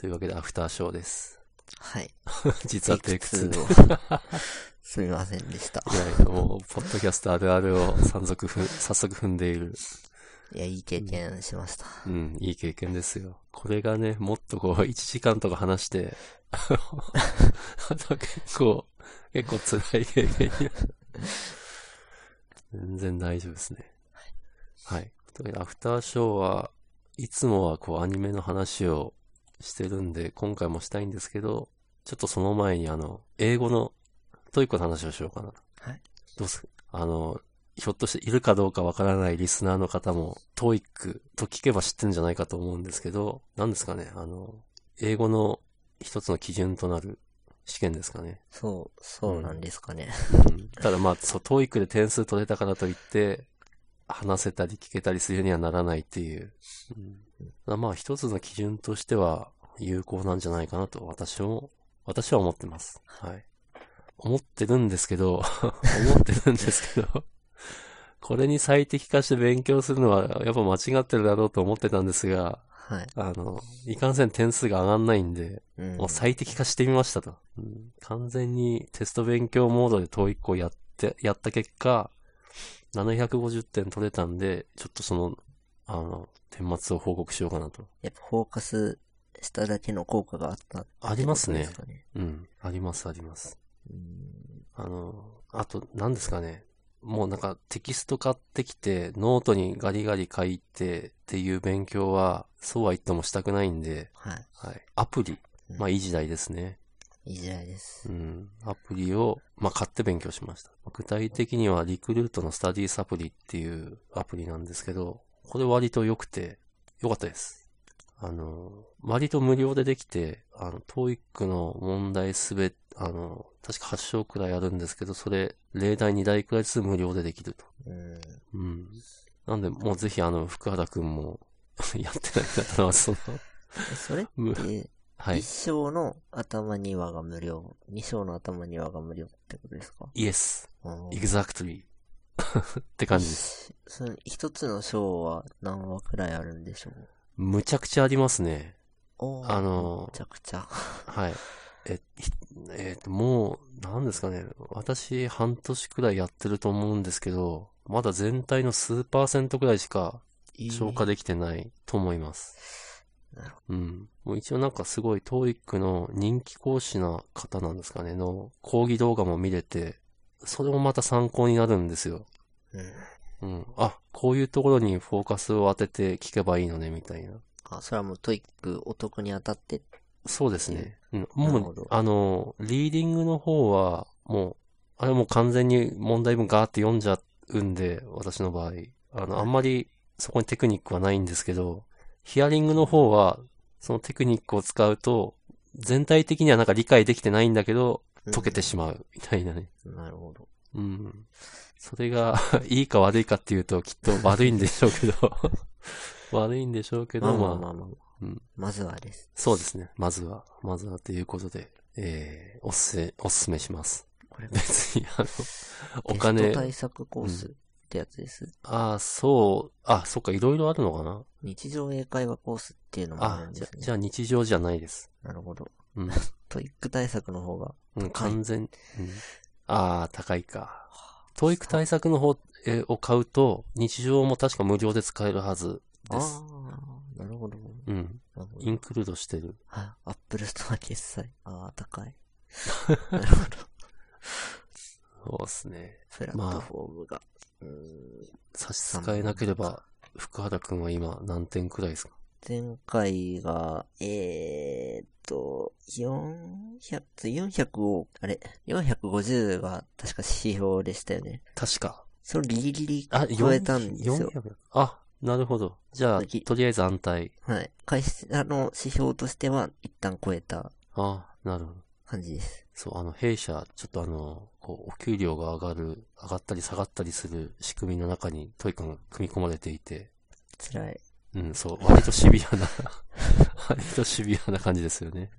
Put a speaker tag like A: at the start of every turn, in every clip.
A: というわけで、アフターショーです。
B: はい。
A: 実はテイク2で。い
B: を。 すみませんでした。
A: や、もう、ポッドキャストあるあるを早速ふん、早速踏んでいる。
B: いや、いい経験しました。
A: うん、いい経験ですよ。これがね、もっとこう、1時間とか話して、 あのあの結構、結構辛い経験になる。全然大丈夫ですね。はい。というわけでアフターショーはいつもはこうアニメの話をしてるんで、今回もしたいんですけど、ちょっとその前にあの、英語のトイックの話をしようかな。
B: はい。
A: どうすあの、ひょっとしているかどうかわからないリスナーの方も、トイックと聞けば知ってるんじゃないかと思うんですけど、何ですかねあの、英語の一つの基準となる試験ですかね。
B: そう、そうなんですかね。
A: うんただまあ、そう、トイックで点数取れたからといって、話せたり聞けたりするようにはならないっていう。うんまあ、一つの基準としては有効なんじゃないかなと、私も、私は思ってます。はい。思ってるんですけど、 思ってるんですけど、これに最適化して勉強するのは、やっぱ間違ってるだろうと思ってたんですが、
B: はい。
A: あの、いかんせん点数が上がんないんで、
B: うん。
A: もう最適化してみましたと。うん完全にテスト勉強モードで TOEIC をやって、やった結果、750点取れたんで、ちょっとその、あの、点末を報告しようかなと。
B: やっぱフォーカスしただけの効果があったってこと
A: ありますね
B: ですかね。
A: うん。あります、あります。
B: うん
A: あの、あと、何ですかね。もうなんかテキスト買ってきて、ノートにガリガリ書いてっていう勉強は、そうは言ってもしたくないんで、
B: は
A: はい。アプリ。まあ、
B: い
A: いい時代ですね。
B: い。いい時代です
A: う。ん、アプリを、まあ、買って勉強しました。具体的にはリクルートのスタディサプリっていうアプリなんですけど、これ割と良くて、良かったです。あの、割と無料でできて、あの、トーイックの問題すべ、あの、確か8章くらいあるんですけど、それ、例題2題くらいずつ無料でできると。
B: うん。
A: うん。なんで、もうぜひあの、福原くんも、 やってない方は、その、
B: それっ
A: む
B: て、
A: はい
B: 一。章の頭2話が無料、二章の頭2話が無料ってことですか
A: イエス。
B: うん
A: エグザクトリー。 って感じです。
B: その一つの章は何話くらいあるんでしょう
A: むちゃくちゃありますね。
B: おー
A: あの
B: めちゃくちゃ。
A: はい。え、ひえっと、もう、なんですかね。私、半年くらいやってると思うんですけど、まだ全体の数パーセントくらいしか消化
B: で。
A: できてないと思います。
B: なるほ
A: うん。もう一応なんかすごい、TOEIC の人気講師な方なんですかね、の講義動画も見れて、それもまた参考になるんですよ。
B: ど。 うん。
A: うん。あ、こういうところにフォーカスを当てて聞けばいいのね、みたいな。
B: あ、それはもうトイックお得に当たって、
A: そうですね。うん、
B: なる
A: も
B: ほ
A: う
B: ど、
A: あの、リーディングの方は、もう、あれもう完全に問題文ガーって読んじゃうんで、私の場合。あの、あんまりそこにテクニックはないんですけど、ヒアリングの方は、そのテクニックを使うと、全体的にはなんか理解できてないんだけど、溶けてしまう、みたいなね。
B: うん。なるほど。
A: うん。それが、 いいか悪いかっていうと、きっと悪いんでしょうけど、悪いんでしょうけ
B: まあ
A: ど、
B: ま
A: ま
B: あ
A: あ
B: まあまあ。
A: うん
B: まずはです。
A: そうですね。まずは、まずはということで、えー、おすすめ、おすすめします。
B: これ、
A: 別に、あの、お
B: テ
A: 金
B: スト、対策コースってやつです。
A: ああ、そう、あ、そっか、いろいろあるのかな
B: 日常英会話コースっていうのもあ
A: あ
B: るんで
A: じゃ
B: す、ね。
A: じゃあ日常じゃないです。
B: なるほど。
A: うん。
B: トイック対策の方が、
A: うん、
B: 高い
A: 完全、うん、ああ、高いか。教育対策の方えーを買うと、日常も確か無料で使えるはずで
B: あ
A: す。
B: あ、なるほど。
A: うん。
B: なるほ
A: イ
B: ど。
A: ンクルードしてる。
B: あ、アップルストア決済。ああ、高い。なるほど。
A: そうですね。
B: プラットフォームが。うーん
A: 差し支えなければ、福原くんは今何点くらいですか
B: 前回が、えー、っと、400、400を、あれ、450が確か指標でしたよね。
A: 確か。
B: それギリギリ
A: あ、
B: 超えたんですよ。
A: 400あ、なるほど。じゃあ、
B: 次
A: とりあえず安泰。
B: はい。会社の指標としては一旦超えた
A: あ、なるほど。
B: 感じです。
A: そう、あの、弊社、ちょっとあの、こう、お給料が上がる、上がったり下がったりする仕組みの中にトイカが組み込まれていて、
B: 辛い。
A: うん、そう、割とシビアな、 割とシビアな感じですよね。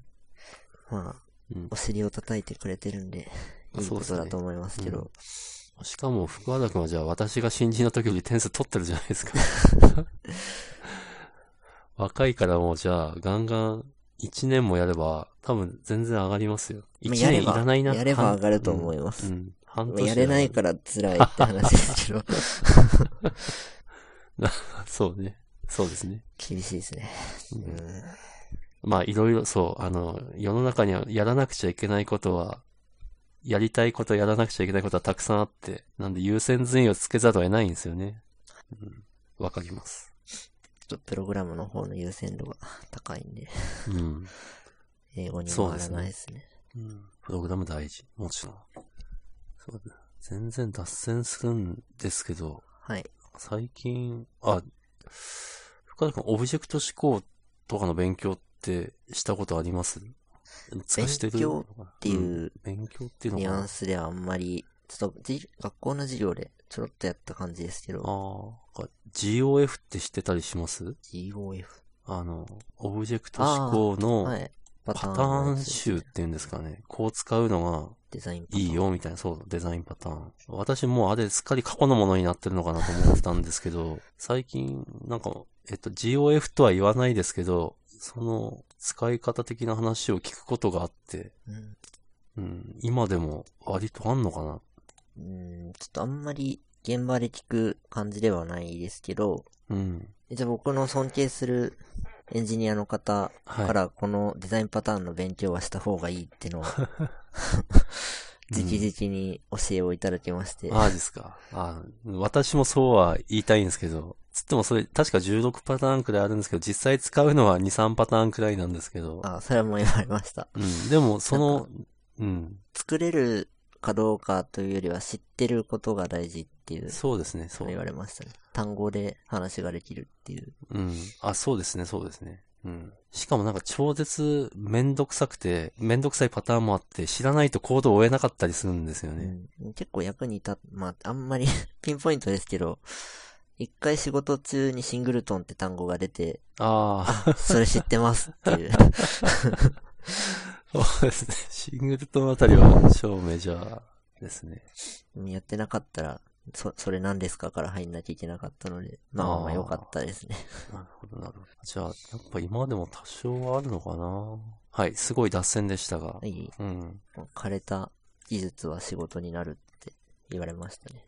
B: まあ、
A: うん
B: お尻を叩いてくれてるんで、いい
A: そう
B: こ
A: です
B: と
A: ね
B: だと思いますけど、
A: しかも、福原君はじゃあ私が新人の時より点数取ってるじゃないですか。若いからもうじゃあ、ガンガン1年もやれば、多分全然上がりますよ。1
B: まあや
A: 年
B: れ
A: い
B: ば
A: らないな。
B: やれば上がると思
A: い
B: いま
A: う
B: す。
A: ん。半
B: まあ
A: 年。
B: やれないから辛いって話で すけど、
A: ら。そうね。そうですね。
B: 厳しいですね。
A: うん
B: うん
A: まあ、いろいろ、そう、あの、世の中にはやらなくちゃいけないことは、やりたいこと、やらなくちゃいけないことはたくさんあって、なんで優先順位をつけざるを得ないんですよね。うんわかります。
B: ちょっとプログラムの方の優先度が高いんで、
A: うん。
B: 英語に
A: そ
B: も
A: う
B: な
A: で
B: ら
A: すね
B: ないですね。
A: プログラム大事。もちろん。そうだ全然脱線するんですけど、
B: はい。
A: 最近、あ、深田君、オブジェクト思考とかの勉強ってしたことあります使してる
B: 勉強ってい
A: ん
B: う
A: 勉強っていうの
B: ニュ
A: か
B: ア
A: な
B: ンスではあんまり、ちょっとじ学校の授業でちょろっとやった感じですけど、
A: ああ、GOF って知ってたりします
B: GOF。
A: あの、オブジェクト思考
B: は
A: の
B: い。パ
A: パタ
B: の
A: ー
B: や
A: ン
B: つ
A: 集っていうんですかね。こう使うの
B: デザイン
A: が
B: パターン
A: いい。よみたいな、そう、デザインパターン。私もうあれすっかり過去のものになってるのかなと思ってたんですけ ど、最近、なんか、えっと、GOF とは言わないですけど、その使い方的な話を聞くことがあって、う
B: うん
A: ん、今でも割とあんのかな。
B: うん、ちょっとあんまり現場で聞く感じではないですけど、
A: うん。
B: じゃあ僕の尊敬するエンジニアの方
A: はい。
B: からこのデザインパターンの勉強はした方がいいっ てのを、 直々に教えをいただきまして、
A: ああですか。ああ私もそうは言いたいんですけど、つってもそれ確か16パターンくらいあるんですけど、実際使うのは2、3パターンくらいなんですけど、
B: あ、それも言われました。
A: うん、でもそ
B: な
A: の、うん、
B: 作れるかどうかというよりは知ってることが大事っていう、
A: そうですね、そ
B: そう言わ
A: う。
B: れましたね。単語で話ができるっていう。
A: うん、あ、そうですね、そうですね。うん。しかもなんか超絶めんどくさくて、めんどくさいパターンもあって、知らないと行動を追えなかったりするんですよね。
B: うん、結構役に立っまあ、あんまり ピンポイントですけど、一回仕事中にシングルトンって単語が出て、
A: あ
B: あ、それ知ってますっていう。
A: あ、 そうですね。シングルトンあたりは超メジャーですね。
B: やってなかったら、そ、それ何ですかから入んなきゃいけなかったので、まあまあま
A: あ
B: あ
A: ー
B: 良かったですね。
A: なるほど、なるほど。じゃあ、やっぱ今でも多少はあるのかなはい、すごい脱線でしたが。
B: はい。
A: うん。
B: 枯れた技術は仕事になるって言われましたね。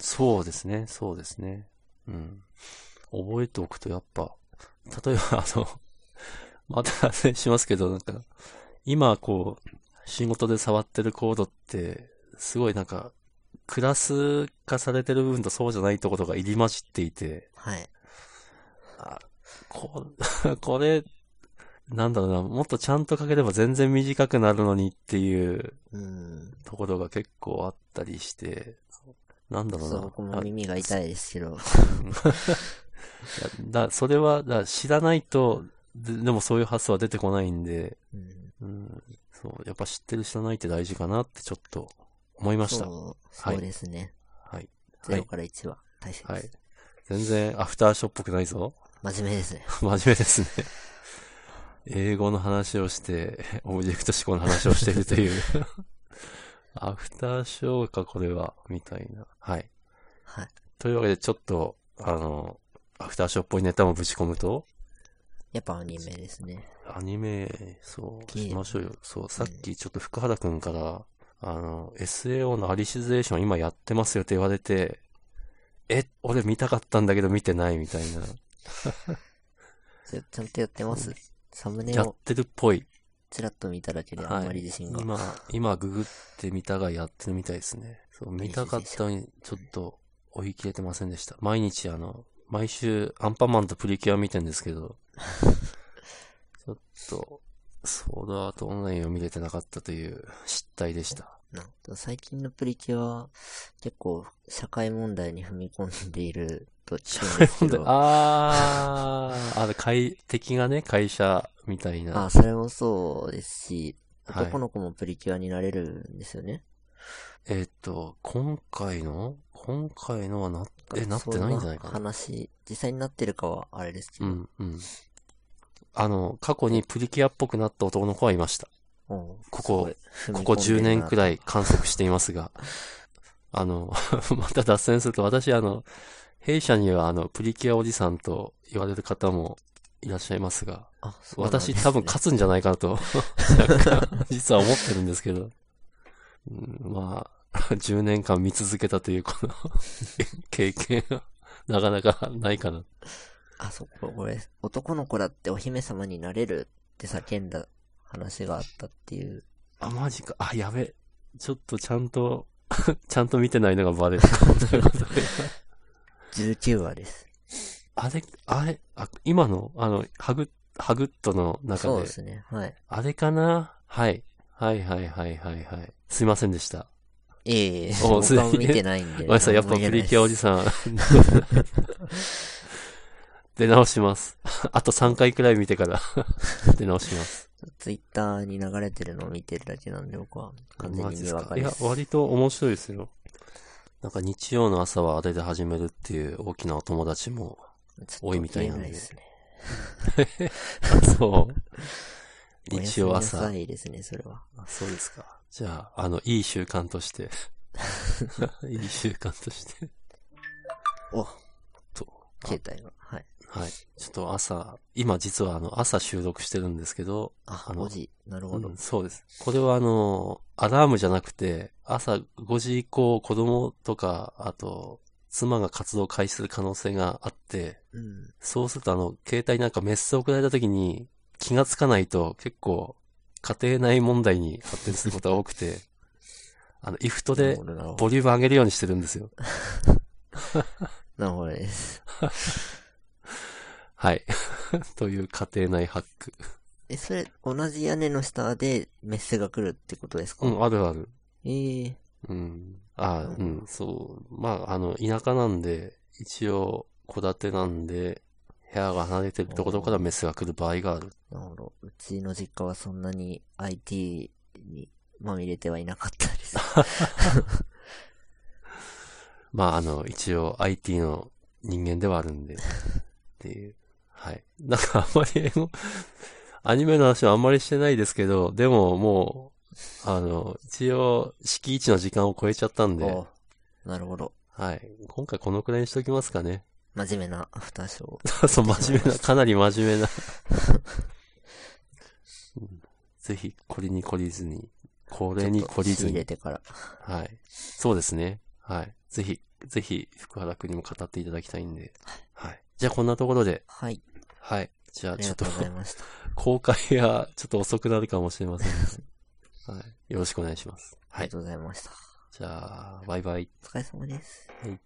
A: そうですね、そうですね。うん。覚えておくとやっぱ、例えばあの、また脱線しますけど、なんか、今こう、仕事で触ってるコードって、すごいなんか、クラス化されてる部分とそうじゃないところが入り混じっていて、
B: はい。
A: あこ これ、なんだろうな、もっとちゃんと書ければ全然短くなるのにっていう
B: うん。
A: ところが結構あったりして、なんだろ
B: そう、
A: う
B: 僕
A: な。
B: も
A: あ
B: 耳が痛いですけど、
A: だそれはだ知らないとで、でもそういう発想は出てこないんで、
B: うん、
A: うん、そう、やっぱ知ってる知らないって大事かなってちょっと思いました。
B: そう、そうですね。
A: はい。は
B: 0
A: い。
B: から1は大切です。
A: はい。全然アフターショーっぽくないぞ。
B: 真面目ですね。
A: 真面目ですね。英語の話をして、オブジェクト思考の話をしているという。 アフターショーか、これは、みたいな。はい。
B: はい。
A: というわけで、ちょっと、あの、アフターショーっぽいネタもぶち込むと、
B: やっぱアニメですね。
A: アニメ、そう、
B: ゲーム
A: しましょうよ。そう、さっきちょっと福原くんから、あの、SAO のアリシゼーション今やってますよって言われて、え、俺見たかったんだけど見てないみたいな。
B: それちゃんとやってます。サムネ
A: やっ
B: を
A: てるっぽい。
B: ちらっと見ただけで
A: はい
B: あんまり自信が。
A: 今、今ググってみたがやってるみたいですね。そう、見たかったのにちょっと追い切れてませんでした。毎日あの、毎週アンパンマンとプリキュア見てんですけど、 ちょっと、ソードアートオンラインを見れてなかったという失態でした。
B: なんか最近のプリキュアは結構社会問題に踏み込んでいると聞くんですけど。
A: あー、あれ、会、敵がね、会社みたい
B: あ
A: な。
B: それもそうですし、
A: はい
B: 男の子もプリキュアになれるんですよね。
A: えっと、今回の今回のはな、え、なってないんじゃないかな
B: そ話、実際になってるかはあれですけ
A: う
B: ど。
A: ん、うん。あの、過去にプリキュアっぽくなった男の子はいました。
B: こ
A: ここ、ここ10年く
B: い。
A: らい観測していますが、 あの、 また脱線すると、私、あの、弊社にはあの、プリキュアおじさんと言われる方もいらっしゃいますが、
B: あ、そうなんです
A: 私
B: ね
A: 多分勝つんじゃないかなと、なんか 実は思ってるんですけど、うん、まあ、10年 間見続けたというこの 経験はなかなかないかな。
B: あ、そこ、これ、男の子だってお姫様になれるって叫んだ話があったっていう。
A: あ、マジか。あ、やべ。ちょっとちゃんと、 ちゃんと見てないのがバレ るかもということで。
B: 19話です。
A: あれ、あれ、あ今の、あの、ハグ、ハグッドの中
B: そう
A: で
B: で、すね。はい。
A: あれかなはい。はいはいはいはいはい。すいませんでした。
B: ええ
A: お
B: 僕は見てないん
A: ごめ
B: で。
A: んなさい、やっぱ
B: 何も言
A: プ
B: えない
A: リ
B: です
A: キュアおじ さん。出直します。 あと3回くらい見て から、出直します。
B: ツイッターに流れてるのを見てるだけなんで、僕は完全
A: マ
B: に
A: ジっ
B: に
A: す
B: わ
A: か
B: か
A: い
B: りで
A: や、
B: す。
A: 割と面白いですよ。なんか日曜の朝はあれで始めるっていう大きなお友達も
B: ちょっと
A: 多いみたいなんで
B: 言えですね。
A: そう。 日曜
B: おや
A: 朝
B: すみなさ。いですね、それは。
A: そうですか。じゃあ、あの、いい習慣と して。いい習慣として。
B: お、
A: と。
B: 携帯が。はい。
A: はい。ちょっと朝、今実はあの、朝収録してるんですけど、
B: あ、
A: あの
B: 5時。なるほど。
A: うんそうです。これはあの、アラームじゃなくて、朝5時以降子供とか、あと、妻が活動を開始する可能性があって、
B: うん。
A: そうするとあの、携帯なんかメッセ送られた時に気がつかないと結構家庭内問題に発展することが多くて、あの、イフト
B: なる
A: で
B: ほどなるほど
A: ボリューム上げるようにしてるんですよ。
B: なるほどです。
A: はい。 という家庭内ハック。
B: え、それ、同じ屋根の下でメッセが来るってことですか
A: うん、あるある。
B: ええ
A: うん。あ
B: うん
A: うん、そう。まあ、あの、田舎なんで、一応、戸建てなんで、部屋が離れてるところからメスが来る場合がある。
B: なるほど。うちの実家はそんなに IT にまみれてはいなかったです。
A: まあ、あの、一応、IT の人間ではあるんで、っていう。はい。なんか、あんまり英語、アニメの話はあんまりしてないですけど、でも、もう、あの、一応、敷地の時間を超えちゃったんで
B: お、なるほど。
A: はい。今回このくらいにしときますかね。
B: 真面目なアフターショ ー。
A: そう、真面目な、かなり真面目な。 うんぜひ、これに懲りずに、これに懲り
B: 仕
A: ず
B: 入れ
A: に。
B: てから。
A: はい。そうですね。はい。ぜひ、ぜひ、福原くんにも語っていただきたいんで。はい。じゃあ、こんなところで。
B: はい。
A: はい。じゃ
B: あ
A: あ、
B: り
A: ちょ
B: が
A: っと
B: とう、ございました。
A: 公開がちょっと遅くなるかもしれませんが。はい。よろしくお願いします。
B: あ
A: はい
B: りが。とうございました。
A: じゃあ、バイバイ。
B: お疲れ様です。
A: はい